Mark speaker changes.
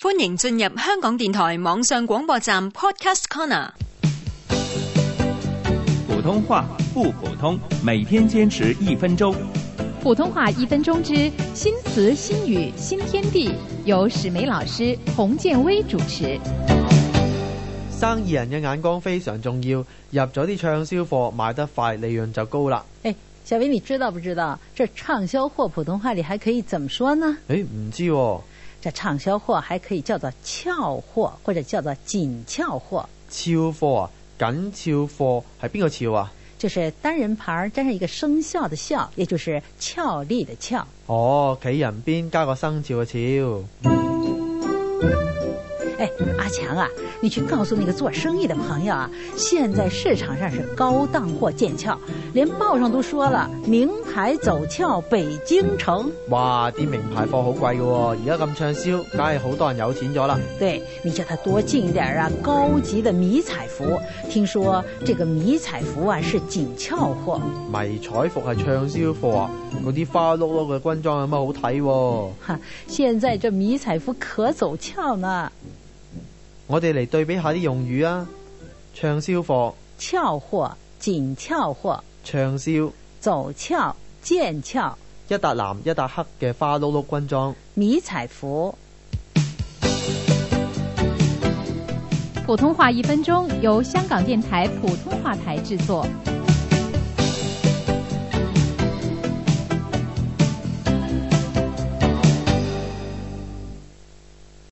Speaker 1: 歡迎進入香港電台網上廣播站 Podcast Corner。
Speaker 2: 普通话不普通，每天坚持一分钟。
Speaker 3: 普通话一分钟之新词新语新天地，由史梅老师、洪建威主持。
Speaker 4: 生意人嘅眼光非常重要，入咗啲暢銷貨賣得快，利潤就高啦。
Speaker 5: 哎，小薇，你知道不知道这畅销货普通话里还可以怎么说呢？
Speaker 4: 诶，唔知喎，
Speaker 5: 这畅销货还可以叫做俏货，或者叫做紧俏货，
Speaker 4: 俏貨啊，緊俏貨係邊個俏啊？
Speaker 5: 就是单人旁儿加上一个生肖的肖，也就是俏丽的俏。
Speaker 4: 哦，企人邊加個生肖嘅肖。
Speaker 5: 哎，阿强啊，你去告诉那个做生意的朋友啊，现在市场上是高档货渐俏，连报上都说了，名牌走俏北京城。
Speaker 4: 哇，啲名牌貨好貴嘅喎，而家咁暢銷，梗係好多人有錢咗啦。
Speaker 5: 对你叫他多进一点儿啊，高级的迷彩服。听说这个迷彩服啊是紧俏货，
Speaker 4: 迷彩服係暢銷貨啊，嗰啲花碌碌嘅軍裝有乜好睇喎？
Speaker 5: 哈，现在这迷彩服可走俏呢。
Speaker 4: 我哋嚟對比下啲用語啊，暢銷貨、
Speaker 5: 俏货、紧俏货、
Speaker 4: 暢銷，
Speaker 5: 走俏、渐俏、
Speaker 4: 一笪藍一笪黑嘅花碌碌軍裝。
Speaker 5: 迷彩服。
Speaker 3: 普通话一分钟由香港电台普通话台制作。